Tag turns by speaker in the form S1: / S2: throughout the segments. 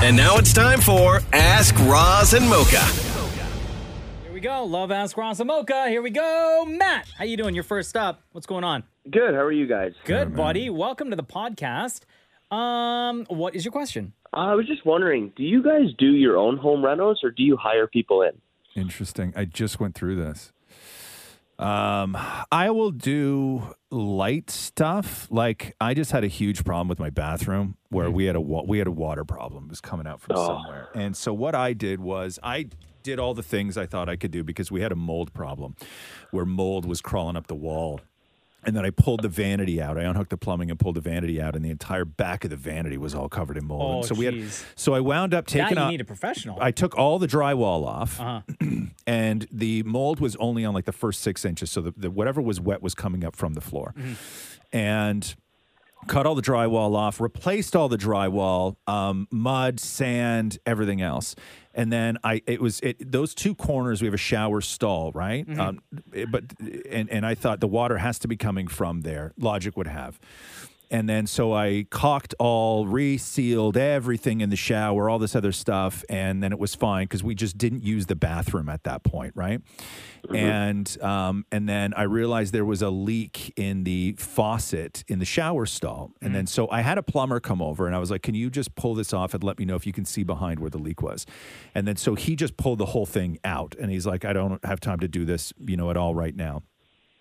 S1: And now it's time for Ask Roz and Mocha.
S2: Here we go. Love Ask Ross and Mocha. Here we go. Matt, how you doing? Your first up. What's going on?
S3: Good. How are you guys?
S2: Good, buddy. Welcome to the podcast. Um, what is your question?
S3: Uh, I was just wondering, do you guys do your own home rentals or do you hire people in?
S4: Interesting. I just went through this. Um, I will do light stuff. Like I just had a huge problem with my bathroom
S1: Mm.
S4: where we had a wa- we had a water problem. It was coming out
S1: Oh.
S4: from somewhere. And so what I did was I did all the things I thought I could do because we had a mold problem where mold was crawling up the wall. And then I pulled the vanity out. I unhooked the plumbing and pulled the vanity out, and the entire back of the vanity was all covered in mold.
S2: Oh,
S4: And so we had,
S2: geez.
S4: so I wound up
S2: Now
S4: taking
S2: you
S4: off-
S2: need a professional.
S4: I took all the drywall off,
S2: Uh-huh.
S4: and the mold was only on like the first six inches, so the, the whatever was wet was coming up from the floor, and cut all the drywall off, replaced all the drywall, um, mud, sand, everything else, and then I it was it those two corners we have a shower stall right, um, it- but and and I thought the water has to be coming from there. Logic would have. And then so I caulked all, resealed everything in the shower, all this other stuff, and then it was fine because we just didn't use the bathroom at that point, right? And um, and then I realized there was a leak in the faucet in the shower stall, and then so I had a plumber come over, and I was like, "Can you just pull this off and let me know if you can see behind where the leak was?" And then so he just pulled the whole thing out, and he's like, "I don't have time to do this, you know, at all right now."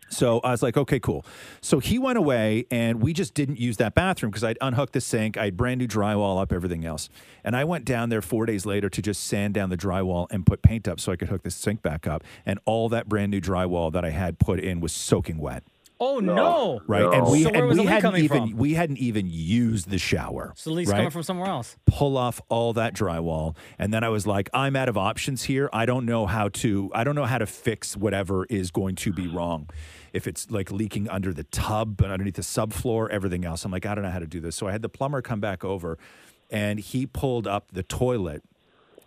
S4: So I was like, okay, cool. So he went away, and we just didn't use that bathroom because I'd unhooked the sink, I had brand new drywall up, everything else. And I went down there four days later to just sand down the drywall and put paint up so I could hook the sink back up. And all that brand new drywall that I had put in was soaking wet,
S2: oh no.
S4: right? And we
S2: So where
S4: and
S2: was the
S4: we
S2: leak
S4: hadn't
S2: coming
S4: even
S2: from?
S4: we hadn't even used the shower.
S2: So the leak's
S4: right?
S2: coming from somewhere else.
S4: pull off all that drywall and then i was like i'm out of options here i don't know how to i don't know how to fix whatever is going to be wrong if it's like leaking under the tub and underneath the subfloor everything else i'm like i don't know how to do this so i had the plumber come back over and he pulled up the toilet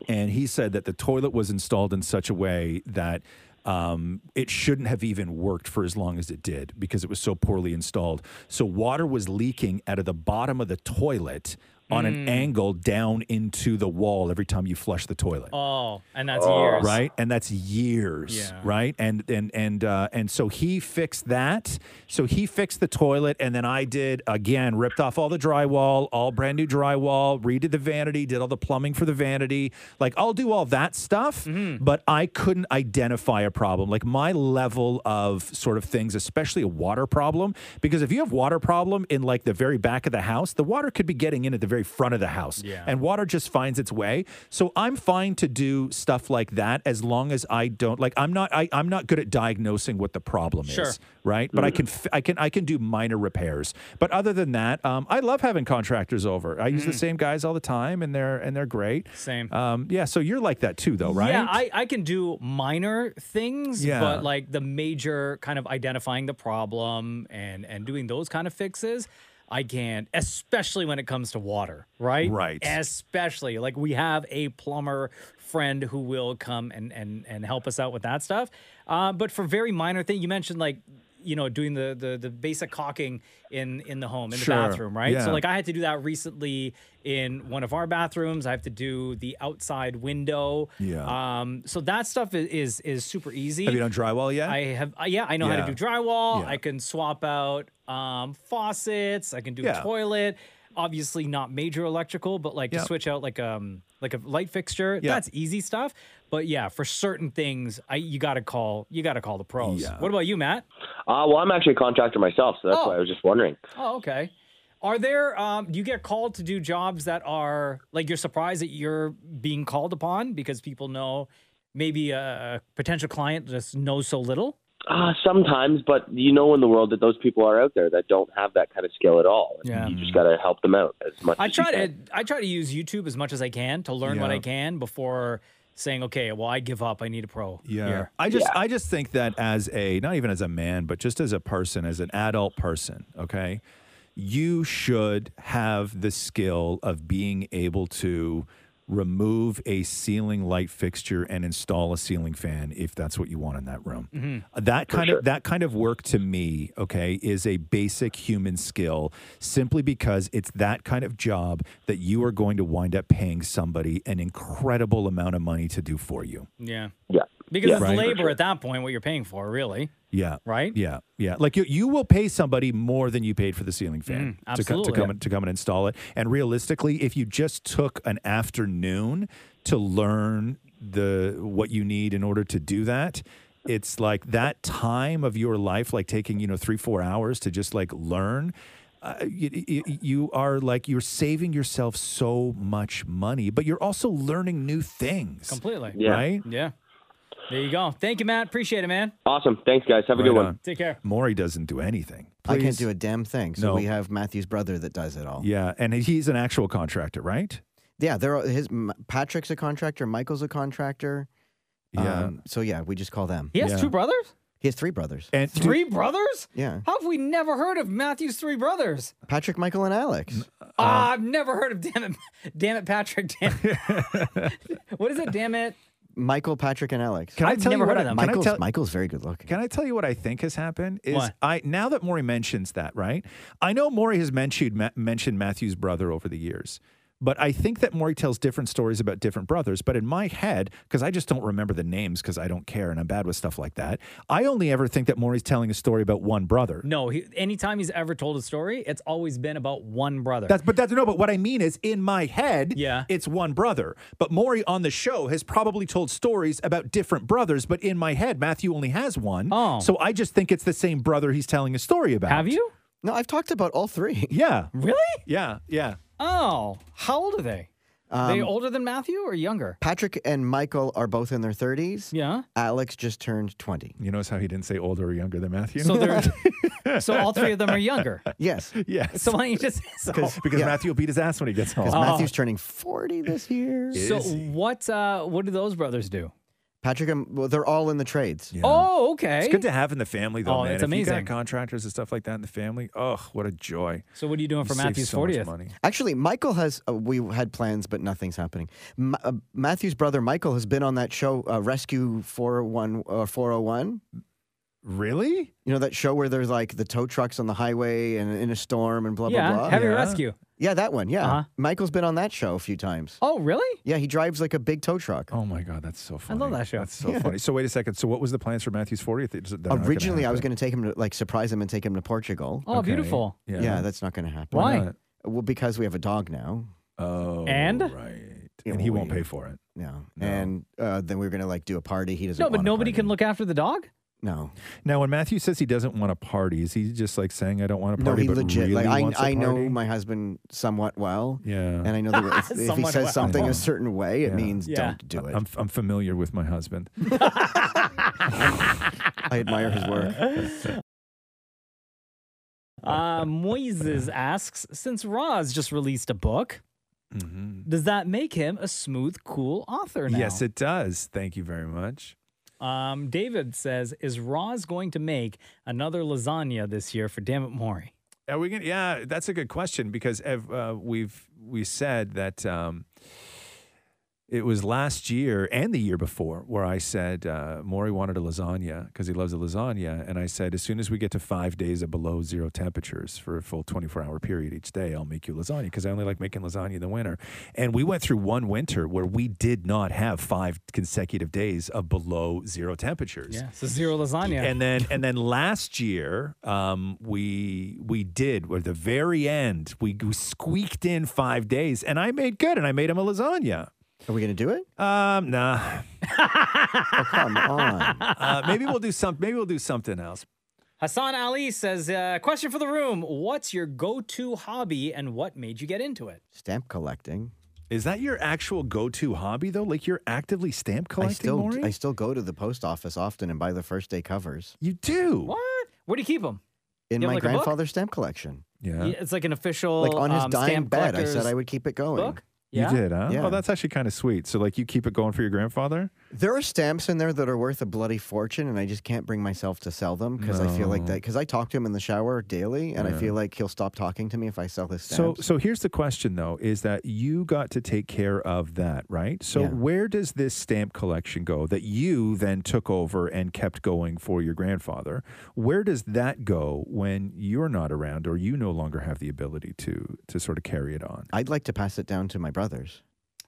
S4: and he said that the toilet was installed in such a way that um, it shouldn't have even worked for as long as it did because it was so poorly installed. So water was leaking out of the bottom of the toilet on an angle down into the wall every time you flush the toilet
S2: Oh, and that's years.
S4: right and that's years
S2: Yeah.
S4: right and and and uh, and so he fixed that so he fixed the toilet and then i did again ripped off all the drywall all brand new drywall redid the vanity did all the plumbing for the vanity like i'll do all that stuff
S2: Mm-hmm.
S4: but i couldn't identify a problem like my level of sort of things especially a water problem because if you have water problem in like the very back of the house the water could be getting in at the very front of the house
S2: Yeah.
S4: and water just finds its way. So I'm fine to do stuff like that as long as I don't like I'm not I, I'm not good at diagnosing what the problem
S2: Sure. Mm.
S4: is, right? But I can f- I can I can do minor repairs. But other than that, um, I love having contractors over. I use the same guys all the time, and they're and they're great.
S2: Mm. Same.
S4: Um, yeah. So you're like that too, though, right?
S2: Yeah, I, I can do minor things,
S4: Yeah.
S2: but like the major kind of identifying the problem and and doing those kind of fixes, I can't, especially when it comes to water, right?
S4: Right.
S2: Especially like we have a plumber friend who will come and and and help us out with that stuff. Uh, but for very minor thing, you mentioned like you know doing the the, the basic caulking in in the home in
S4: Sure.
S2: the bathroom, right? So
S4: Yeah.
S2: like I had to do that recently in one of our bathrooms. I have to do the outside window.
S4: Yeah.
S2: Um, so that stuff is is, is super easy.
S4: have you done drywall yet?
S2: I have. Uh, yeah, I know how
S4: Yeah.
S2: to do drywall.
S4: Yeah.
S2: I can swap out um, faucets. I can do
S4: Yeah.
S2: a toilet. Obviously, not major electrical, but like
S4: Yeah.
S2: to switch out like um like a light fixture.
S4: Yeah.
S2: That's easy stuff. But yeah, for certain things, I you gotta call you gotta call the pros.
S4: Yeah.
S2: What about you, Matt?
S3: Uh, well, I'm actually a contractor myself, so that's
S2: Oh.
S3: why I was just wondering.
S2: Oh, okay. Are there um do you get called to do jobs that are like you're surprised that you're being called upon because people know maybe a, a potential client just knows so little?
S3: Uh, sometimes, but you know in the world that those people are out there that don't have that kind of skill at all. And
S2: Yeah.
S3: You just got to help them out as much
S2: I
S3: as you
S2: try
S3: can.
S2: to I try to use YouTube as much as I can to learn what
S4: Yeah.
S2: I can before saying, okay, well, I give up. I need a pro.
S4: Yeah.
S2: here."
S4: I just I just think that as a not even as a man, but just as a person, as an adult person, okay, you should have the skill of being able to remove a ceiling light fixture and install a ceiling fan if that's what you want in that room. That kind of that kind of work to me, okay, is a basic human skill simply because it's that kind of job that you are going to wind up paying somebody an incredible amount of money to do for you.
S2: Yeah.
S3: Yeah.
S2: Because
S3: Yeah,
S2: it's
S3: for
S2: labor
S3: sure.
S2: at that point, what you're paying for, really.
S4: Yeah.
S2: Right?
S4: Yeah. Yeah. Like you, you will pay somebody more than you paid for the ceiling fan
S2: Mm,
S4: to, co- to
S2: absolutely.
S4: come and, to come and install it. And realistically, if you just took an afternoon to learn the what you need in order to do that, it's like that time of your life, like taking you know three four hours to just like learn. Uh, you, you, you are like you're saving yourself so much money, but you're also learning new things.
S2: Completely.
S3: Yeah.
S4: Right?
S2: Yeah. There you go. Thank you, Matt. Appreciate it, man.
S3: Awesome. Thanks, guys. Have a good
S4: Right
S3: one.
S4: on.
S2: Take care.
S4: Maury doesn't do anything.
S5: I can't
S4: Please.
S5: do a damn thing. So
S4: No.
S5: we have Matthew's brother that does it all.
S4: Yeah, and he's an actual contractor, right?
S5: Yeah, there are his M- Patrick's a contractor, Michael's a contractor. Um, so yeah, we just call them.
S2: Uh, He has
S4: Yeah.
S2: two brothers?
S5: He has three brothers.
S4: and do-
S2: Three brothers?
S5: Yeah.
S2: How have we never heard of Matthew's three brothers?
S5: Patrick, Michael, and Alex.
S4: Uh,
S2: Ah, I've never heard of damn it, damn it, Patrick. Damn it. what is it? Damn it.
S5: Michael, Patrick, and Alex.
S4: can I
S2: I've
S4: tell
S2: never
S4: you what
S2: heard of
S4: I-
S2: them.
S4: Can I
S5: Michael's
S4: tell,
S5: Michael's very good looking.
S4: can I tell you what I think has happened? Is
S2: What?
S4: I now that Maury mentions that, right? I know Maury has mentioned Ma- mentioned Matthew's brother over the years, but I think that Maury tells different stories about different brothers. But in my head, because I just don't remember the names because I don't care and I'm bad with stuff like that, I only ever think that Maury's telling a story about one brother.
S2: No, he, anytime he's ever told a story, it's always been about one brother.
S4: That's but that's no, but what I mean is in my head,
S2: Yeah.
S4: it's one brother. But Maury on the show has probably told stories about different brothers, but in my head, Matthew only has one.
S2: Oh.
S4: So I just think it's the same brother he's telling a story about.
S2: Have you?
S5: No, I've talked about all three.
S4: Yeah.
S2: Really?
S4: Yeah. Yeah.
S2: Oh, how old are they?
S5: Um,
S2: they older than Matthew or younger?
S5: Patrick and Michael are both in their 30s.
S2: Yeah.
S5: Alex just turned 20.
S4: You notice how he didn't say older or younger than Matthew?
S2: So they're so all three of them are younger.
S5: Yes.
S4: yes.
S2: So why don't you just so,
S4: because because
S5: Yeah.
S4: Matthew will beat his ass when he gets home.
S5: Because Matthew's turning 40 this year.
S2: so what uh what do those brothers do?
S5: Patrick and well, they're all in the trades.
S4: Yeah.
S2: Oh, okay.
S4: It's good to have in the family, though,
S2: Oh,
S4: man.
S2: it's
S4: If you got
S2: amazing.
S4: contractors and stuff like that in the family, oh, what a joy!
S2: so what are you doing for
S4: You save
S2: Matthew's
S4: so much
S2: 40th?
S4: money.
S5: Actually, Michael has, uh, we had plans, but nothing's happening. Ma- uh, Matthew's brother, Michael, has been on that show, uh, Rescue 401, uh, 401.
S4: Really?
S5: You know, that show where there's like the tow trucks on the highway and in a storm and blah, blah,
S2: yeah,
S5: blah.
S2: heavy
S4: Yeah.
S2: rescue.
S5: Yeah, that one. Yeah.
S2: Uh-huh.
S5: Michael's been on that show a few times.
S2: Oh, really?
S5: Yeah, he drives like a big tow truck.
S4: Oh my God, that's so
S2: I
S4: funny.
S2: love that show.
S4: That's so funny. So wait a second. So what was the plans for Matthew's 40th? Is it- they're not gonna
S5: Originally, I was
S4: happen.
S5: going to take him to like surprise him and take him to Portugal.
S2: Oh, beautiful.
S5: Yeah, that's not going to happen.
S2: Why?
S4: not?
S5: Well, because we have a dog now.
S4: Oh,
S2: And?
S4: right.
S5: Yeah,
S4: and he
S5: well,
S4: won't
S5: we-
S4: pay for it.
S5: Yeah, and uh, then we were going to like do a party. He doesn't.
S2: No, but
S5: want a
S2: nobody
S5: party.
S2: can look after the dog?
S5: No,
S4: Now, when Matthew says he doesn't want a party, is he just like saying I don't want a
S5: no,
S4: party?
S5: he
S4: but
S5: legit.
S4: Really
S5: like
S4: wants a
S5: I, I know
S4: party?
S5: my husband somewhat well.
S4: Yeah.
S5: And I know that if, if he
S2: Somewhat
S5: says
S2: well.
S5: something
S4: Yeah.
S5: a certain way, it
S4: Yeah.
S5: means
S2: Yeah.
S5: don't do it.
S4: I'm, I'm familiar with my husband.
S5: I admire his work.
S2: Uh, Moises asks, since Roz just released a book, does that make him a smooth, cool author now?
S4: Mm-hmm. Yes, it does. Thank you very much.
S2: Um, David says, is Roz going to make another lasagna this year for Dammit Maury?
S4: Are we gonna? Yeah, that's a good question because ev- uh, we've we said that um, it was last year and the year before where I said uh, Maury wanted a lasagna because he loves a lasagna, and I said as soon as we get to five days of below zero temperatures for a full twenty four hour period each day, I'll make you lasagna because I only like making lasagna in the winter. And we went through one winter where we did not have five consecutive days of below zero temperatures.
S2: Yeah, so zero lasagna.
S4: And then and then last year, um, we we did where the very end we, we squeaked in five days, and I made good, and I made him a lasagna.
S5: Are we going to do it?
S4: Um, nah,
S5: Oh, come on.
S4: uh, maybe we'll do some. Maybe we'll do something else.
S2: Hassan Ali says, uh, question for the room. What's your go-to hobby and what made you get into it?
S5: Stamp collecting.
S4: Is that your actual go-to hobby though? Like you're actively stamp
S5: I
S4: collecting,
S5: still
S4: Maury?
S5: I still go to the post office often and buy the first day covers
S4: you do.
S2: What? Where do you keep them?
S5: in
S2: You have,
S5: my
S2: like, a book?
S5: grandfather's stamp collection.
S4: Yeah.
S2: It's like an official
S5: Like on his
S2: um,
S5: dying
S2: stamp
S5: bed, I
S2: collector's
S5: said I would keep it going.
S2: book. Yeah.
S4: You did, huh?
S5: Yeah.
S4: Oh, that's actually kind of sweet. So like you keep it going for your grandfather?
S5: There are stamps in there that are worth a bloody fortune, and I just can't bring myself to sell them because I feel like that. Because I talk to him in the shower daily, and I feel like he'll stop talking to me if I sell his
S4: So
S5: stamps.
S4: so here's the question though, is that you got to take care of that, right? So
S5: Yeah.
S4: where does this stamp collection go that you then took over and kept going for your grandfather? Where does that go when you're not around or you no longer have the ability to to sort of carry it on?
S5: I'd like to pass it down to my brothers.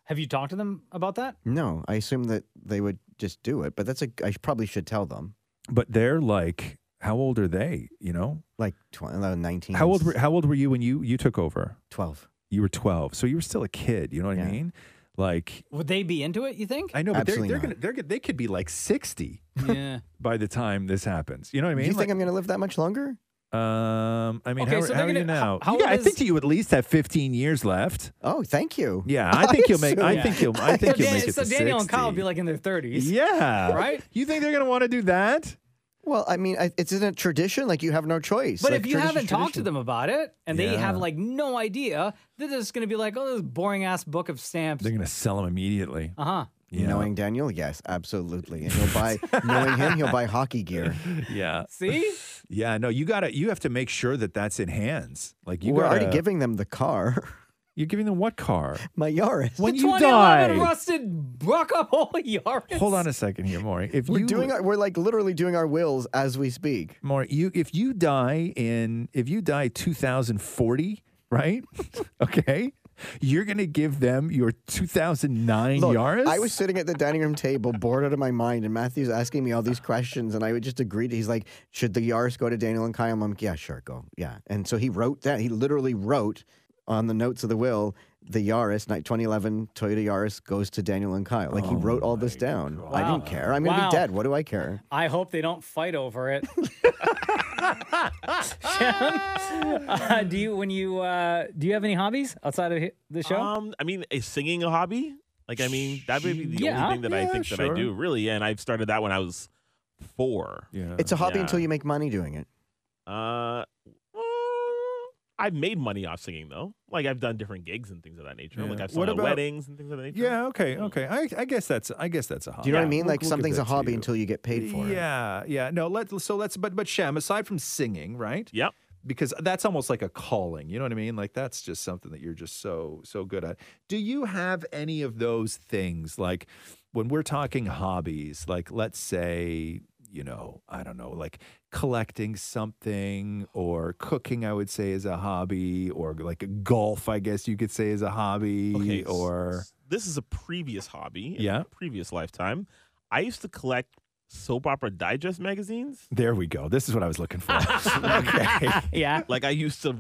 S2: Have you talked to them about that?
S5: No, I assume that they would just do it, but that's a. I probably should tell them.
S4: But they're like how old are they, you know?
S5: Like tw- uh, 19.
S4: How old were, how old were you when you you took over?
S5: 12.
S4: You were 12. So you were still a kid, you know what I
S5: Yeah.
S4: mean? Like
S2: Would they be into it? You think?
S4: I know, but they're,
S5: Absolutely
S4: they're
S5: not.
S4: gonna they're gonna- they could be like sixty
S2: yeah.
S4: by the time this happens. You know what I mean?
S5: Do you think I'm going to live that much longer?
S4: Like, um, I mean,
S2: Okay,
S4: how,
S2: so
S4: how
S2: they're
S4: are you
S2: gonna-
S4: now?
S2: how- how
S4: yeah,
S2: old
S4: I think
S2: is-
S4: you at least have fifteen years left.
S5: Oh, thank you.
S4: Yeah, I think you'll make. I
S5: assume-
S4: think you'll. I think
S2: So,
S4: you'll
S2: Dan-
S4: make it.
S2: so
S4: to
S2: Daniel and Kyle
S4: 60.
S2: would be like in their thirties.
S4: yeah,
S2: Right?
S4: You think they're gonna want to do that?
S5: Well, I mean, I, it's in a tradition. Like you have no choice.
S2: But
S5: Like,
S2: if you
S5: tradi-
S2: haven't talked to
S5: tradition.
S2: them about it and they have
S4: Yeah.
S2: like no idea, they're just going to be like, oh, this boring ass book of stamps.
S4: They're gonna sell them immediately.
S2: Uh huh.
S4: Yeah,
S5: knowing Daniel, yes, absolutely, and he'll buy. knowing him, he'll buy hockey gear.
S4: yeah,
S2: See?
S4: yeah. No, you gotta. You have to make sure that that's in hands. Like you
S5: We're
S4: gotta,
S5: already giving them the car,
S4: You're giving them what car?
S5: my Yaris.
S4: When
S2: the
S4: you
S2: 2011
S4: die.
S2: rusted Brockhole Yaris.
S4: Hold on a second here, Maury. If
S5: We're
S4: you
S5: doing our, we're like literally doing our wills as we speak.
S4: More you if you die in if you die 2040, right? okay. You're going to give them your 2009
S5: Look,
S4: Yaris?
S5: I was sitting at the dining room table, bored out of my mind, and Matthew's asking me all these questions, and I would just agree to. He's like, "Should the Yaris go to Daniel and Kyle?" I'm like, "Yeah, sure, go, yeah." And so he wrote that. He literally wrote on the notes of the will, "The Yaris, ni- 2011 Toyota Yaris, goes to Daniel and Kyle." Like he wrote all this down. I
S2: Wow.
S5: didn't care. I'm
S2: Wow.
S5: gonna be dead. What do I care?
S2: I hope they don't fight over it. Shem, uh, do you when you uh, do you have any hobbies outside of hi- the show?
S6: Um, I mean, is singing a hobby? Like, I mean, that would be the
S2: Yeah.
S6: only thing that I
S4: Yeah,
S6: think that
S4: sure.
S6: I do, really. And I've started that when I was four.
S4: yeah.
S5: It's a hobby
S6: Yeah.
S5: until you make money doing it.
S6: Uh, well, I've made money off singing though. Like, I've done different gigs and things of that nature.
S4: Yeah.
S6: Like, I've sung
S4: What
S6: at
S4: about-
S6: weddings and things of that nature.
S4: Yeah, okay, okay. I, I guess that's I guess that's a hobby.
S5: Do you know what I
S6: Yeah,
S5: mean?
S4: We'll-
S5: Like
S4: we'll give
S5: something's
S4: that
S5: a
S4: to
S5: hobby
S4: you.
S5: until you get paid for it.
S4: Yeah, yeah. No, let so let's but but Shem, aside from singing, right?
S6: Yep.
S4: Because that's almost like a calling, you know what I mean? Like that's just something that you're just so so good at. Do you have any of those things like when we're talking hobbies, like let's say, you know, I don't know, like collecting something or cooking, I would say is a hobby or like golf, I guess you could say is a hobby
S6: Okay. s-
S4: or
S6: s- this is a previous hobby. in
S4: Yeah.
S6: a Previous lifetime. I used to collect soap opera digest magazines.
S4: there we go. This is what I was looking for. okay.
S2: yeah.
S6: Like I used to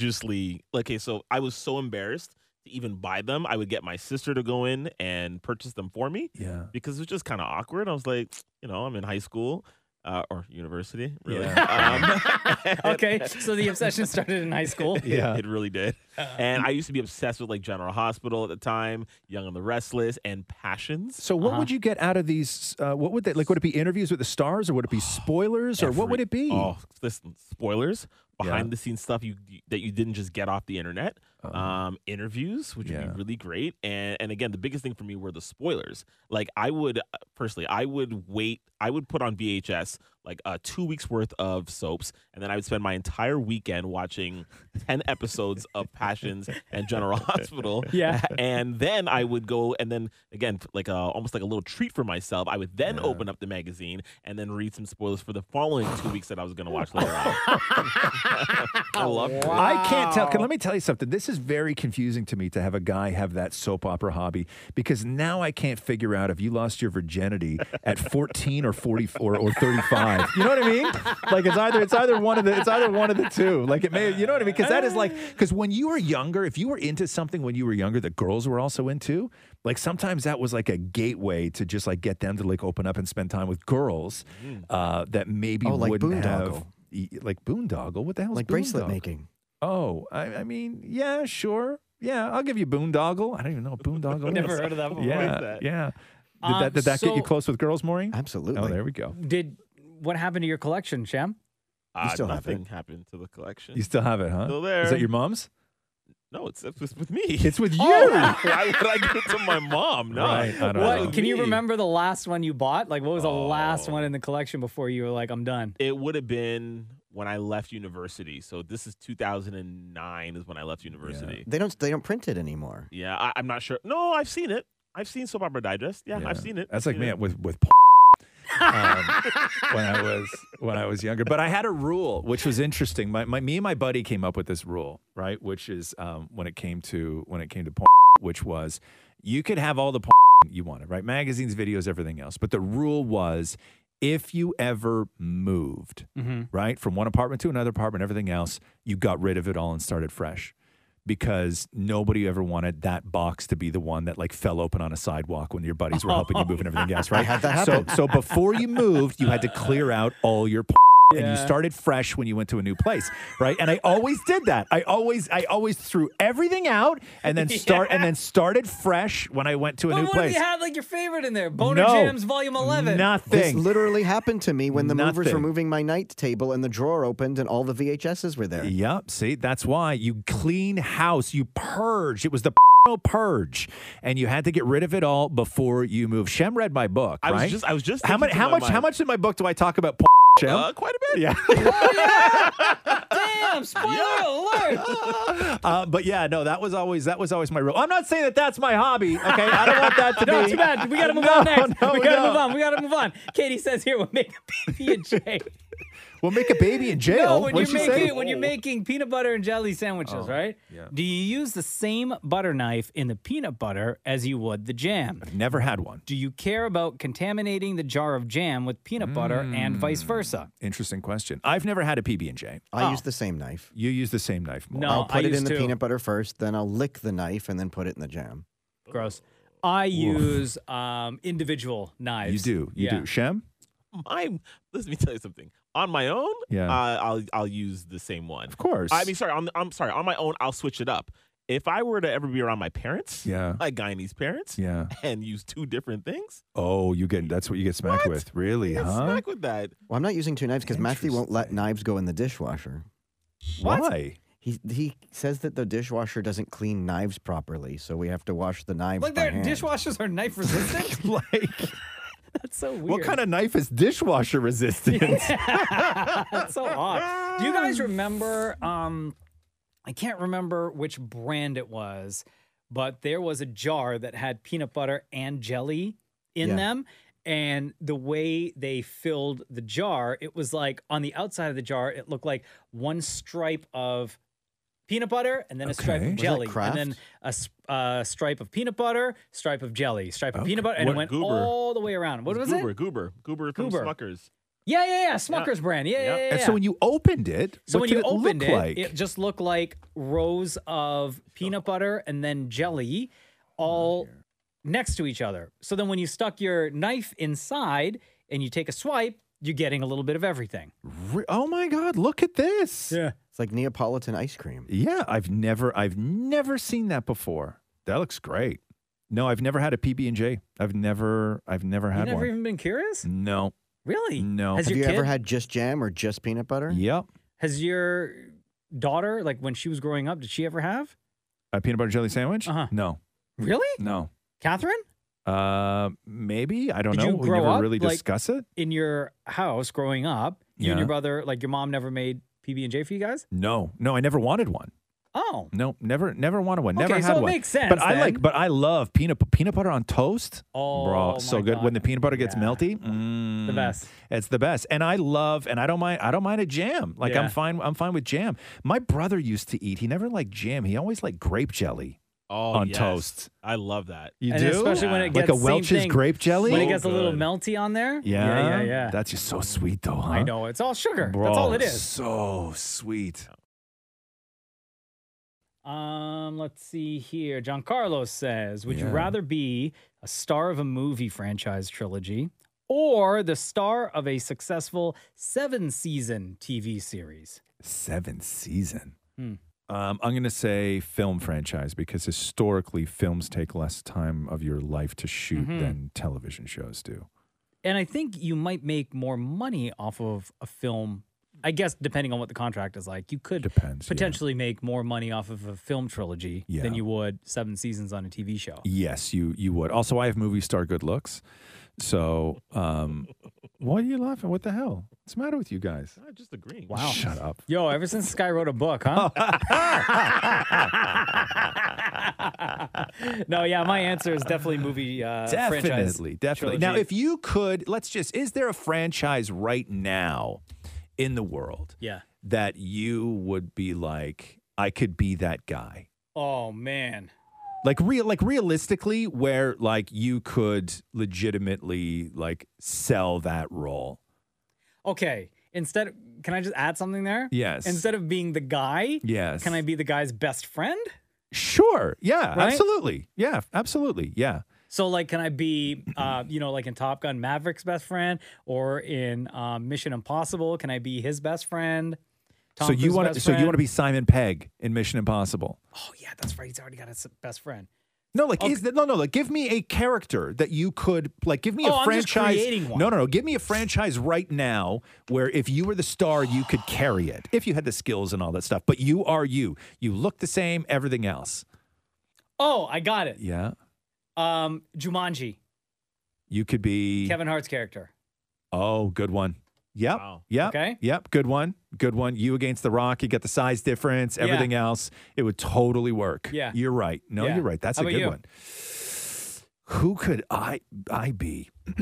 S6: religiously. Okay, so I was so embarrassed to even buy them. I would get my sister to go in and purchase them for me
S4: Yeah.
S6: because it was just kind of awkward. I was like, you know, I'm in high school uh, or university, really. Um,
S2: Okay. So the obsession started in high school.
S6: It-
S4: Yeah. Uh-huh.
S6: It, really did. And I used to be obsessed with like General Hospital at the time, Young and the Restless, and Passions.
S4: So what
S2: Uh-huh.
S4: would you get out of these? Uh, what would they like? Would it be interviews with the stars, or would it be spoilers, or what would
S6: Oh, Every-
S4: it be?
S6: Oh, listen, spoilers,
S4: Yeah.
S6: behind the scenes stuff you, you- that you didn't just get off the internet. Um, interviews, which
S4: Uh-huh. Yeah.
S6: would be really great. And and again, the biggest thing for me were the spoilers. Like I would personally, I would wait. I would put on VHS like uh, two weeks worth of soaps, and then I would spend my entire weekend watching ten episodes of Passions and General Hospital.
S2: Yeah.
S6: and then I would go and then again like a, almost like a little treat for myself. I would then open up the magazine and then read some spoilers for the following two weeks that I was going to watch later on. I love it.
S4: I can't tell. Can, let me tell you something. This is very confusing to me to have a guy have that soap opera hobby because now I can't figure out if you lost your virginity at 14 or 40 or, or 35. You know what I mean? Like it's either it's either one of the it's either one of the two. Like it may you know what I mean? Because that is like because when you were younger, if you were into something when you were younger that girls were also into, like sometimes that was like a gateway to just like get them to like open up and spend time with girls uh, that maybe
S5: Mm. Oh, like
S4: wouldn't have
S5: boondoggle.
S4: e- like boondoggle. What the hell is
S5: Like bracelet
S4: boondoggle?
S5: making.
S4: Oh, I, I mean, yeah, sure. Yeah, I'll give you Boondoggle. I don't even know what Boondoggle
S2: Never
S4: is.
S2: heard of that before.
S4: Yeah,
S2: What is that?
S4: yeah. Did
S2: Um,
S4: that, did that get you
S2: so-
S4: close with girls, Maureen?
S5: Absolutely.
S4: Oh, there we go.
S2: Did what happened to your collection, Sham?
S6: Uh,
S5: still have
S6: nothing happened to the collection.
S4: You still have it, huh?
S6: Still there.
S4: Is that your mom's?
S6: no, it's, it's with me. Oh,
S4: It's with you.
S6: Why would I give it to my mom? No.
S4: Right,
S6: It's
S4: I don't know.
S6: with
S2: What can you
S6: me.
S2: remember the last one you bought? Like what was the last
S6: Oh.
S2: one in the collection before you were like, I'm done?
S6: It would have been when I left university. So this is 2009 is when I left university.
S5: They don't. They don't print it anymore.
S6: Yeah, I, I'm not sure. No, I've seen it. I've seen Soap Opera Digest. Yeah, I've
S4: Yeah.
S6: seen it.
S4: That's
S6: I've seen
S4: like me
S6: it.
S4: with with um, when I was when I was younger. But I had a rule which was interesting. My, my me and my buddy came up with this rule, right? Which is um, when it came to when it came to porn, which was you could have all the porn you wanted, right? Magazines, videos, everything else. But the rule was if you ever moved,
S5: Mm-hmm.
S4: right, from one apartment to another apartment, everything else, you got rid of it all and started fresh. Because nobody ever wanted that box to be the one that like fell open on a sidewalk when your buddies were helping you move and everything else, right?
S5: had that
S4: so,
S5: happen.
S4: so before you moved, you had to clear out all your p- and you
S2: Yeah.
S4: started fresh when you went to a new place, right? And I always did that. I always I always threw everything out and then start and then started fresh when I went to a
S2: But
S4: new
S2: what
S4: place.
S2: if you had like your favorite in there? Boner
S4: No.
S2: Jams Volume Eleven.
S4: Nothing.
S5: This literally happened to me when the movers were
S4: Nothing.
S5: moving my night table and the drawer opened and all the VHSs were there.
S4: Yep. See, that's why you clean house, you purge. It was the purge, and you had to get rid of it all before you move. Shem read my book,
S6: I was
S4: right?
S6: just- I was just
S4: how much?
S6: thinking to
S4: How
S6: my
S4: much? How
S6: mind.
S4: much in my book do I talk about? p- Shem?
S6: Uh, quite a bit.
S4: yeah.
S2: Damn, spoiler alert.
S4: Uh, but yeah, no, that was always that was always my rule. I'm not saying that that's my hobby. Okay, I don't want that to
S2: No,
S4: be.
S2: too bad. We gotta move
S4: No,
S2: on next.
S4: no,
S2: we gotta
S4: no.
S2: move on. We gotta move on. Katie says here we'll make a baby and Jay.
S4: We'll make a baby in jail.
S2: No, when
S4: What'd
S2: you're
S4: she say?
S2: making when you're making peanut butter and jelly sandwiches,
S4: Oh,
S2: right? Do you use the same butter knife in the peanut butter as you would the jam?
S4: Never had one.
S2: Do you care about contaminating the jar of jam with peanut butter and vice
S4: Mm.
S2: versa?
S4: Hmm.
S2: Oh.
S4: Interesting question. I've never had a PB and J.
S5: I use the same knife.
S4: You use the same knife. Mo.
S2: No,
S5: I'll
S2: I
S5: put it
S2: used
S5: in the
S2: to.
S5: peanut butter first, then I'll lick the knife and then put it in the jam.
S2: Gross. I use um, individual knives.
S4: You do. You
S2: Yeah.
S4: do. Shem.
S6: My, let me tell you something. On my own,
S4: Yeah.
S6: uh, I'll I'll use the same one.
S4: Of course.
S6: I mean, sorry. On, I'm sorry. On my own, I'll switch it up. If I were to ever be around my parents,
S4: Yeah.
S6: my Guyanese parents,
S4: Yeah.
S6: and use two different things,
S4: Oh, you get that's what you get smacked
S6: What?
S4: with. Really,
S6: get
S4: huh?
S6: smack with that.
S5: Well, I'm not using two knives because Matthew won't let knives go in the dishwasher.
S4: Why?
S5: He he says that the dishwasher doesn't clean knives properly, so we have to wash the knives.
S2: Like
S5: by
S2: their
S5: hand.
S2: dishwashers are knife resistant.
S4: like,
S2: That's so weird.
S4: what kind of knife is dishwasher resistant?
S2: That's so odd. Do you guys remember? Um, I can't remember which brand it was, but there was a jar that had peanut butter and jelly in
S5: Yeah.
S2: them. And the way they filled the jar, it was like on the outside of the jar, it looked like one stripe of peanut butter and then a stripe
S4: Okay.
S2: of
S4: Was that
S2: jelly, and then
S5: Kraft?
S2: a s- uh, stripe of peanut butter, stripe of jelly, stripe of peanut butter, and
S6: What
S2: it went
S6: Goober?
S2: all the way around. What was
S6: Goober,
S2: it?
S6: Goober, Goober from
S2: Goober.
S6: Smuckers.
S2: Yeah, yeah, yeah. Smucker's brand. Yeah, yeah, yeah.
S4: And
S2: yeah.
S4: so when you opened it,
S2: So
S4: what
S2: when you
S4: did it
S2: opened
S4: look
S2: it,
S4: like? Oh.
S2: it just looked like rows of peanut butter and then jelly all next to each other. So then when you stuck your knife inside and you take a swipe, you're getting a little bit of everything.
S4: Re- oh my God! Look at this.
S5: It's like Neapolitan ice cream.
S4: Yeah, I've never I've never seen that before. That looks great. No, I've never had a PB and J. I've never I've never
S2: You
S4: had
S2: never
S4: one.
S2: even been curious?
S4: no.
S2: Really?
S4: No.
S2: Has
S5: Have you
S2: your kid,
S5: ever had just jam or just peanut butter?
S4: Yep.
S2: has your daughter like when she was growing up, did she ever have?
S4: A peanut butter jelly sandwich?
S2: Uh-huh.
S4: No.
S2: Really?
S4: No.
S2: Catherine?
S4: Uh, maybe I don't
S2: Did
S4: know.
S2: you
S4: we
S2: grow
S4: never
S2: up,
S4: really
S2: like-
S4: discuss it.
S2: In your house growing up, you and
S4: Yeah.
S2: your brother, like your mom never made PB&J for you guys?
S4: No, no, I never wanted one.
S2: Oh.
S4: No, never, never wanted one. Never
S2: Okay, so
S4: had
S2: it
S4: one.
S2: makes sense
S4: But I
S2: then.
S4: like, but I love peanut peanut butter on toast.
S2: Oh,
S4: bro,
S2: my
S4: so good when
S2: God.
S4: the peanut butter gets
S2: Yeah.
S4: melty. Mm,
S2: The best.
S4: It's the best, and I love, and I don't mind. I don't mind a jam. Like
S2: Yeah.
S4: I'm fine. I'm fine with jam. My brother used to eat. He never liked jam. He always liked grape jelly.
S6: Oh,
S4: On
S6: yes.
S4: toast.
S6: I love that.
S4: You
S2: And
S4: do,
S2: especially when it
S4: like
S2: gets
S4: a
S2: same
S4: Welch's
S2: thing.
S4: grape jelly.
S2: when it
S6: So
S2: gets a little
S6: good.
S2: melty on there.
S4: yeah,
S2: yeah, yeah. yeah.
S4: That's just so sweet, though. Huh?
S2: I know it's all sugar.
S4: Bro,
S2: That's all it is.
S4: So sweet.
S2: Um, let's see here. John Carlos says, "Would you
S4: Yeah.
S2: rather be a star of a movie franchise trilogy or the star of a successful seven-season TV series?"
S4: Seventh season.
S2: Hmm.
S4: Um, I'm going to say film franchise because historically films take less time of your life to shoot
S2: Mhm.
S4: than television shows do.
S2: And I think you might make more money off of a film. I guess depending on what the contract is like, you could
S4: Depends, yeah.
S2: potentially make more money off of a film trilogy
S4: Yeah.
S2: than you would seven seasons on a TV show.
S4: Yes, you you would. Also, I have movie star good looks. So, um, why are you laughing? What the hell? What's the matter with you guys?
S6: I'm just agreeing.
S2: Wow. Uh,
S4: Shut up.
S2: Yo, ever since Sky wrote a book,
S4: Oh.
S2: huh? no, yeah, my answer is definitely movie uh, franchise.
S4: definitely, definitely. Now,
S2: trilogy.
S4: if you could, let's just, is there a franchise right now in the world
S2: Yeah.
S4: that you would be like, I could be that guy?
S2: Oh, man.
S4: Like real like realistically where like you could legitimately like sell that role.
S2: Okay. Instead, can I just add something there?
S4: Yes.
S2: Instead of being the guy,
S4: Yes.
S2: can I be the guy's best friend?
S4: Sure. Yeah,
S2: Right?
S4: absolutely. Yeah, absolutely. Yeah.
S2: So, like, can I be, uh, you know, like in Top Gun, Maverick's best friend, or in um, Mission Impossible, can I be his best friend? Tom
S4: so you
S2: Cruise's
S4: want to
S2: best
S4: so you
S2: friend?
S4: want to be Simon Pegg in Mission Impossible.
S2: Oh yeah, that's right. He's already got his best friend.
S4: No, like
S2: Okay.
S4: is that, no, no, like give me a character that you could like give me
S2: Oh,
S4: a
S2: I'm just
S4: franchise.
S2: creating one.
S4: No, no, no, give me a franchise right now where if you were the star, you could carry it if you had the skills and all that stuff. But you are you. You look the same. Everything else.
S2: Oh, I got it.
S4: Yeah,
S2: Um, Jumanji,
S4: you could be
S2: Kevin Hart's character.
S4: Oh, good one. Yep.
S6: Wow.
S4: Yep.
S2: Okay.
S4: Yep. Good one. Good one. You against the rock. You got the size difference.
S2: Yeah.
S4: Everything else, it would totally work.
S2: Yeah.
S4: You're right. No,
S2: Yeah.
S4: you're right. That's
S2: How
S4: a
S2: about
S4: good
S2: you?
S4: one. Who could I I be?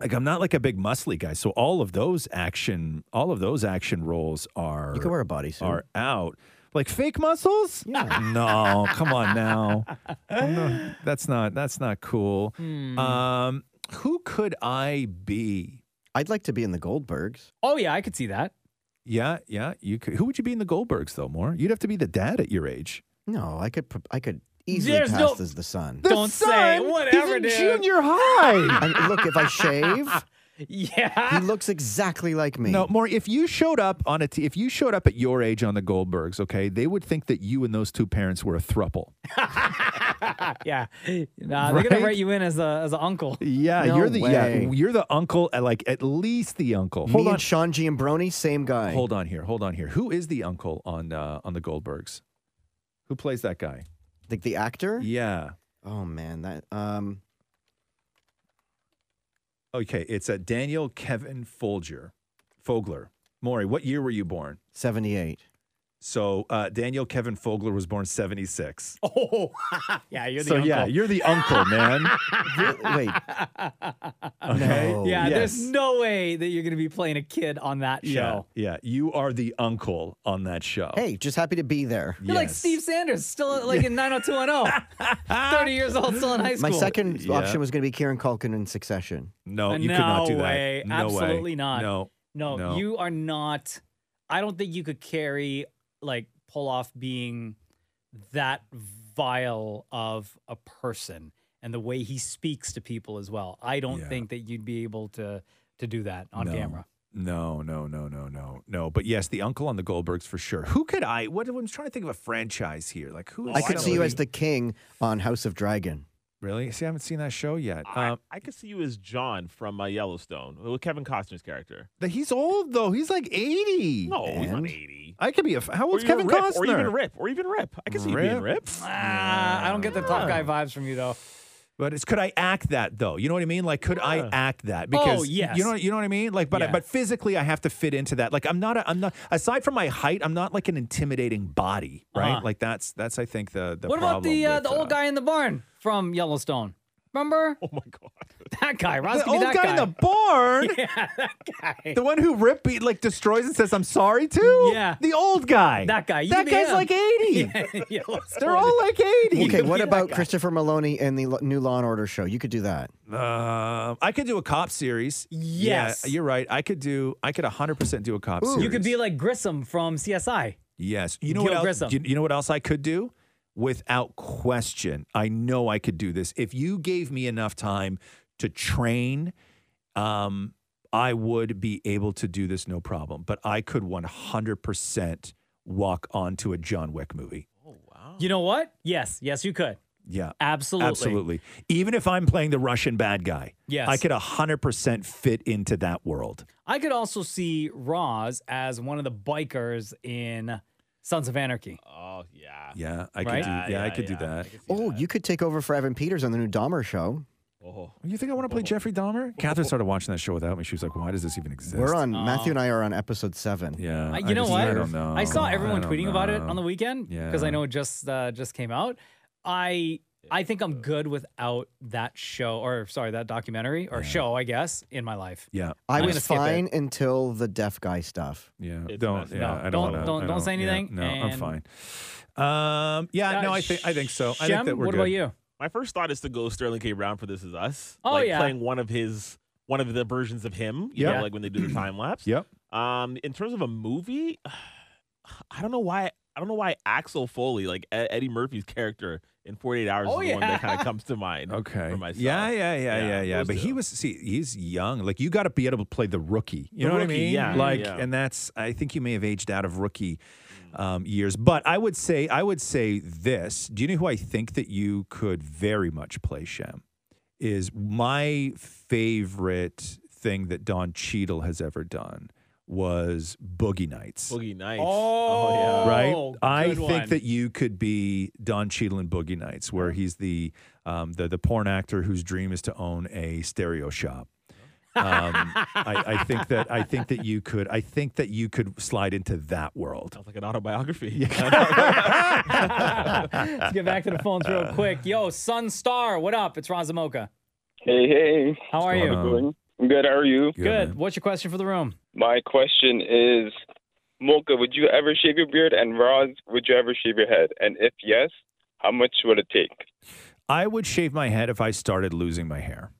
S4: like I'm not like a big muscly guy, so all of those action, all of those action roles are
S5: You could wear a bodysuit.
S4: are out. Like fake muscles? Yeah. no, come on now. I'm not- that's not that's not cool. Um, who could I be?
S5: I'd like to be in the Goldbergs.
S2: Oh yeah, I could see that.
S4: Yeah, yeah. You could. Who would you be in the Goldbergs though? More, you'd have to be the dad at your age.
S5: No, I could. pr- I could easily
S2: There's
S5: pass
S2: no-
S5: as the son.
S2: Don't say
S4: son,
S2: whatever,
S4: he's in
S2: dude.
S4: junior high.
S5: I, look, if I shave, he
S2: Yeah.
S5: looks exactly like me.
S4: no, more. If you showed up on a, t- if you showed up at your age on the Goldbergs, okay, they would think that you and those two parents were a thruple.
S2: yeah. Nah, they're gonna
S4: Right?
S2: write you in as a as an uncle.
S4: Yeah,
S5: No
S4: you're the yeah,
S5: way.
S4: you're the uncle, uh, like at least the uncle.
S5: me
S4: Hold on,
S5: and Sean Giambroni, same guy.
S4: hold on here, hold on here. Who is the uncle on uh, on the Goldbergs? Who plays that guy?
S5: Like the actor.
S4: Yeah.
S5: Oh man, that um.
S4: Okay, it's uh, Daniel Kevin Folger, Fogler. Maury, what year were you born?
S5: 78.
S4: So uh, Daniel Kevin Fogler was born 76.
S2: Oh yeah, you're the
S4: so
S2: uncle.
S4: yeah, you're the uncle, man.
S5: Re- Wait,
S4: Okay.
S5: No.
S2: yeah, there's
S4: Oh, yes.
S2: no way that you're gonna be playing a kid on that
S4: Yeah,
S2: show.
S4: yeah, you are the uncle on that show.
S5: hey, just happy to be there.
S2: You're like
S4: Yes.
S2: Steve Sanders, still like in 90210, 30 years old, still in high school.
S5: My second
S4: Yeah.
S5: option was going to be Kieran Culkin in Succession.
S4: No,
S2: Uh,
S4: you could not do
S2: no
S4: that.
S2: way.
S4: No
S2: Absolutely
S4: way.
S2: not.
S4: No,
S2: No,
S4: No.
S2: you are not. I don't think you could carry, like, pull off being that vile of a person and the way he speaks to people as well. I don't
S4: Yeah.
S2: think that you'd be able to to do that on
S4: No.
S2: camera.
S4: no, no, no, no, no, no. But yes, the uncle on the Goldbergs for sure. Who could I? What I'm trying to think of a franchise here. Like who? Is
S5: I could see you
S4: somebody-
S5: as the king on House of Dragon.
S4: really. See, I haven't seen that show yet.
S6: I,
S4: Um,
S6: I could see you as John from uh, Yellowstone with Kevin Costner's character.
S4: but he's old though. He's like 80.
S6: No, he's not
S5: And?
S6: 80.
S4: I could be a. f- How old's
S6: or even
S4: Kevin
S6: Rip,
S4: Costner?
S6: Or even Rip. Or even Rip. I can see you being
S4: Rip.
S6: Rip.
S2: Ah, I don't get the tough guy vibes from you though.
S4: But it's could I act that though? You know what I mean? Like could I act that? Because
S2: Oh, yes.
S4: you know you know what I mean? Like but I,
S2: Yeah.
S4: but physically I have to fit into that. Like I'm not a, I'm not aside from my height, I'm not like an intimidating body, right?
S2: Uh-huh.
S4: Like that's that's I think the the
S2: what about
S4: problem
S2: the uh,
S4: with,
S2: the old guy in the barn from Yellowstone? Remember
S6: Oh my God.
S2: that guy? Ross,
S4: The
S2: give me
S4: old guy,
S2: that
S4: in the barn,
S2: yeah, that guy.
S4: the one who Rip be- like destroys and says I'm sorry to.
S2: Yeah.
S4: the old guy.
S2: That guy. You
S4: that
S2: be
S4: guy's
S2: him.
S4: like eighty.
S2: Yellowstone.
S4: They're all like eighty.
S5: Okay, what
S2: be
S5: about
S2: that guy.
S5: Christopher Maloney and the Lo- new Law and Order show? You could do that.
S4: Um, I could do a cop series.
S2: Yes.
S4: yeah, you're right. I could do. I could 100 percent do a cop series.
S2: You could be like Grissom from CSI.
S4: Yes. You know
S2: Gil
S4: what
S2: Grissom.
S4: else? You, you know what else I could do? Without question, I know I could do this. If you gave me enough time to train, um, I would be able to do this no problem. But I could 100% walk onto a John Wick movie.
S2: You know what? Yes, yes, you could.
S4: Yeah.
S2: Absolutely.
S4: Oh. Absolutely. Even if I'm playing the Russian bad guy,
S2: Yes.
S4: I could 100% fit into that world.
S2: I could also see Roz as one of the bikers in Sons of Anarchy.
S6: Oh yeah.
S4: Yeah, I could
S2: Right?
S4: do, yeah, I could do that.
S5: Oh, you could take over for Evan Peters on the new Dahmer show.
S6: Oh.
S4: You think I want to play Jeffrey Dahmer? Catherine started watching that show without me. She was like, why does this even exist?
S5: We're on Matthew and I are on episode seven.
S4: Yeah.
S2: Uh, I- you
S4: Hmm. I
S2: know
S4: just-
S2: what?
S4: I don't know.
S2: I saw everyone
S4: don't
S2: tweeting about it
S4: know.
S2: on the weekend because
S4: Yeah.
S2: I know it just uh, just came out. I I think I'm good without that show or sorry that documentary or show I guess in my life.
S4: Yeah.
S5: I
S2: I'm
S5: was
S2: gonna skip it.
S5: fine until the deaf guy stuff.
S4: Yeah.
S6: It's
S4: don't.
S6: messy.
S4: Yeah.
S6: No,
S4: I don't.
S2: don't-
S4: wanna-
S2: don't-
S4: I
S2: don't say anything,
S4: Yeah, no, I'm fine.
S2: and-
S4: Um. Yeah.
S2: Uh,
S4: no. I think. I think so. I think
S2: Shem,
S4: that we're
S2: what
S4: good.
S2: about you?
S6: My first thought is to go Sterling K. Brown for This Is Us.
S2: Oh,
S6: like
S2: yeah.
S6: playing one of his one of the versions of him. You
S4: Yeah.
S6: know, like when they do the time lapse.
S4: Yep.
S6: Um, in terms of a movie, I don't know why. I don't know why Axel Foley, like E- Eddie Murphy's character in 48 Hours,
S2: Oh,
S6: is the one that
S2: yeah.
S6: kind of comes to mind.
S4: Okay.
S6: For myself.
S4: Yeah. Yeah. Yeah. Yeah.
S6: Yeah,
S4: Yeah.
S6: those
S4: But he
S6: two.
S4: was. See, he's young. Like you got to be able to play the rookie.
S6: The
S4: You know what I
S6: rookie,
S4: mean?
S6: yeah,
S4: Like,
S6: yeah.
S4: and that's. I think you may have aged out of rookie um, years. But I would say. I would say this. Do you know who I think that you could very much play Shem? Is my favorite thing that Don Cheadle has ever done was Boogie Nights.
S6: Boogie Nights.
S4: right?
S2: Oh,
S4: I
S2: good
S4: think
S2: one.
S4: that you could be Don Cheadle in Boogie Nights, where he's the um, the the porn actor whose dream is to own a stereo shop. Um, I, I think that I think that you could I think that you could slide into that world.
S6: Sounds like an autobiography.
S2: Let's get back to the phones real quick. Yo, Sun Star, what up? It's Razamoka.
S7: Hey, hey.
S2: How are you?
S4: going on?
S7: Doing? I'm good. How are you?
S2: Good.
S4: man.
S2: What's your question for the room?
S7: My question is, Mocha, would you ever shave your beard? And Roz, would you ever shave your head? And if yes, how much would it take?
S4: I would shave my head if I started losing my hair.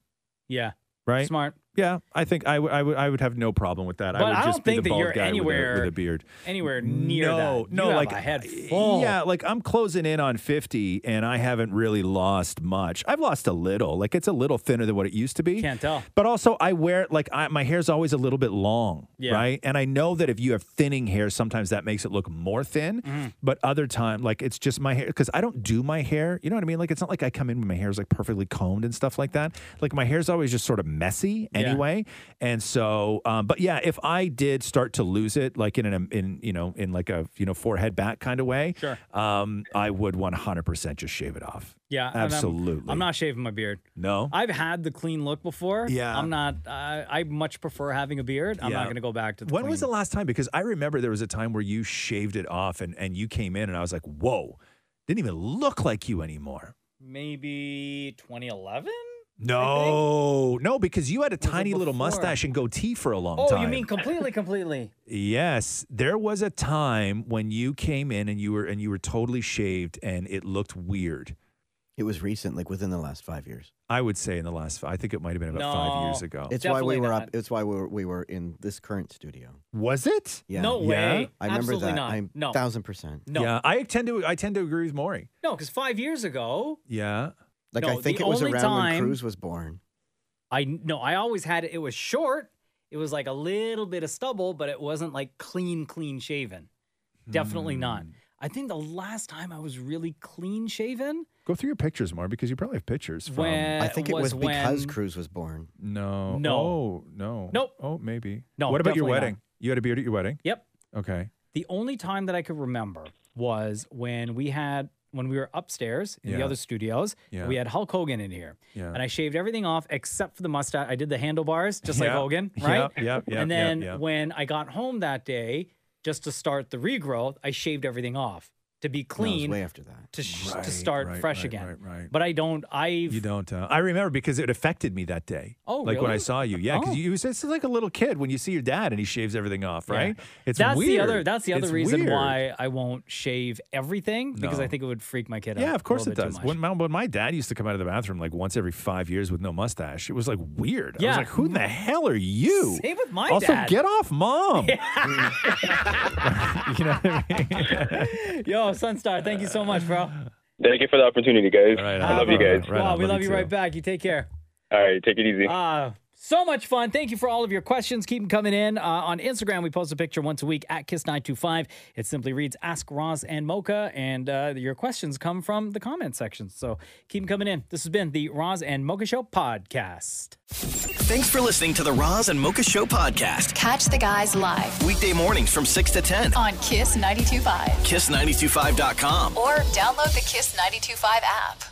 S2: Yeah,
S4: Right?
S2: smart.
S4: Yeah, I think I would I would I would have no problem with that.
S2: But
S4: I would
S2: I
S4: just
S2: don't
S4: be the
S2: think that
S4: bald
S2: you're
S4: guy with a-
S2: anywhere
S4: with a beard.
S2: Anywhere near
S4: no,
S2: that.
S4: No,
S2: You have
S4: like
S2: a head full.
S4: Yeah, like I'm closing in on 50 and I haven't really lost much. I've lost a little. Like it's a little thinner than what it used to be.
S2: Can't tell.
S4: But also I wear like I, my hair's always a little bit long,
S2: Yeah.
S4: right? And I know that if you have thinning hair, sometimes that makes it look more thin,
S2: Mm.
S4: but other time like it's just my hair cuz I don't do my hair, you know what I mean? Like it's not like I come in with my hair's like perfectly combed and stuff like that. Like my hair's always just sort of messy
S2: Yeah.
S4: anyway way. And so, um, but yeah, if I did start to lose it, like in an in you know in like a you know forehead back kind of way,
S2: Sure.
S4: um, I would one hundred percent just shave it off.
S2: Yeah, and I'm-
S4: absolutely.
S2: I'm not shaving my beard.
S4: No.
S2: I've had the clean look before.
S4: Yeah.
S2: I'm not. Uh, I much prefer having a beard. I'm not
S4: Yeah.
S2: going to go back to the.
S4: when was the
S2: clean-
S4: last time? Because I remember there was a time where you shaved it off, and and you came in, and I was like, whoa, didn't even look like you anymore.
S2: maybe 2011?
S4: No, no, because you had a
S2: it
S4: tiny little
S2: before?
S4: mustache and goatee for a long
S2: Oh,
S4: time.
S2: you mean completely, completely?
S4: Yes, there was a time when you came in and you were and you were totally shaved and it looked weird.
S5: It was recent, like within the last five years.
S4: I would say in the last five, I think it might have been about five
S2: No.
S4: years ago.
S5: It's why we
S2: Definitely
S5: were
S2: not.
S5: up. It's why we were, we were in this current studio.
S4: was it?
S5: Yeah.
S2: No
S4: Yeah.
S2: way.
S5: I remember
S2: Absolutely
S5: that.
S2: Not.
S5: I'm
S2: no.
S5: thousand percent.
S2: no.
S4: Yeah, I tend to I tend to agree with Maury.
S2: No, because five years ago,
S4: Yeah.
S5: Like
S2: No,
S5: I think
S2: the
S5: it was
S2: only
S5: around
S2: time-
S5: when Cruz was born.
S2: I no, I always had it. It was short. It was like a little bit of stubble, but it wasn't like clean, clean shaven.
S4: Hmm.
S2: Definitely not. I think the last time I was really clean shaven
S4: Go through your pictures, Maury, because you probably have pictures from
S2: when
S5: I think it was, because
S2: when-
S5: Cruz was born.
S4: No.
S2: No.
S4: Oh, no.
S2: Nope.
S4: Oh, maybe.
S2: No,
S4: What about your
S2: definitely not.
S4: wedding? You had a beard at your wedding?
S2: Yep.
S4: Okay.
S2: The only time that I could remember was when we had when we were upstairs in the
S4: Yeah.
S2: other studios.
S4: Yeah.
S2: We had Hulk Hogan in here.
S4: Yeah.
S2: And I shaved everything off except for the mustache. I did the handlebars just like
S4: Yeah.
S2: Hogan,
S4: Yep,
S2: right?
S4: yep, yep,
S2: And then
S4: yep, yep.
S2: when I got home that day just to start the regrowth, I shaved everything off to
S5: No,
S2: be
S5: it was
S2: clean
S5: way after that.
S2: to sh-
S4: Right,
S2: to start
S4: right,
S2: fresh
S4: right,
S2: again.
S4: right, right.
S2: But I don't I've
S4: You don't. Uh, I remember because it affected me that day.
S2: Oh,
S4: like when I
S2: really?
S4: saw you, yeah. Because
S2: Oh.
S4: you, it's it's like a little kid when you see your dad and he shaves everything off,
S2: Yeah.
S4: right? It's
S2: that's
S4: weird.
S2: the other that's the other
S4: It's
S2: reason
S4: weird.
S2: why I won't shave everything because I
S4: No.
S2: think it would freak my kid out.
S4: Yeah, of
S2: a
S4: course
S2: little
S4: it
S2: bit too
S4: does.
S2: much.
S4: When my, when my dad used to come out of the bathroom like once every five years with no mustache, it was like weird. I was
S2: Yeah.
S4: like, who in the hell are you?
S2: Same with my
S4: also,
S2: dad.
S4: get off mom. you know what I mean?
S2: Yo, Sunstar, thank you so much, bro.
S7: Thank you for the opportunity, guys.
S4: Right
S7: I
S4: on.
S7: love you guys.
S4: Right
S2: wow,
S4: on.
S2: we
S4: Love
S2: love
S4: you
S2: you right
S4: too.
S2: back. You take care.
S7: All right, take it easy.
S2: Uh, So much fun. Thank you for all of your questions. Keep them coming in. Uh, on Instagram, we post a picture once a week at Kiss925. It simply reads Ask Roz and Mocha, and uh, your questions come from the comment section. So keep them coming in. This has been the Roz and Mocha Show podcast.
S5: Thanks for listening to the Roz and Mocha Show podcast.
S8: Catch the guys live
S5: Weekday mornings from 6 to 10.
S8: on Kiss 92.5
S5: Kiss925.com.
S8: or download the Kiss 92.5 app.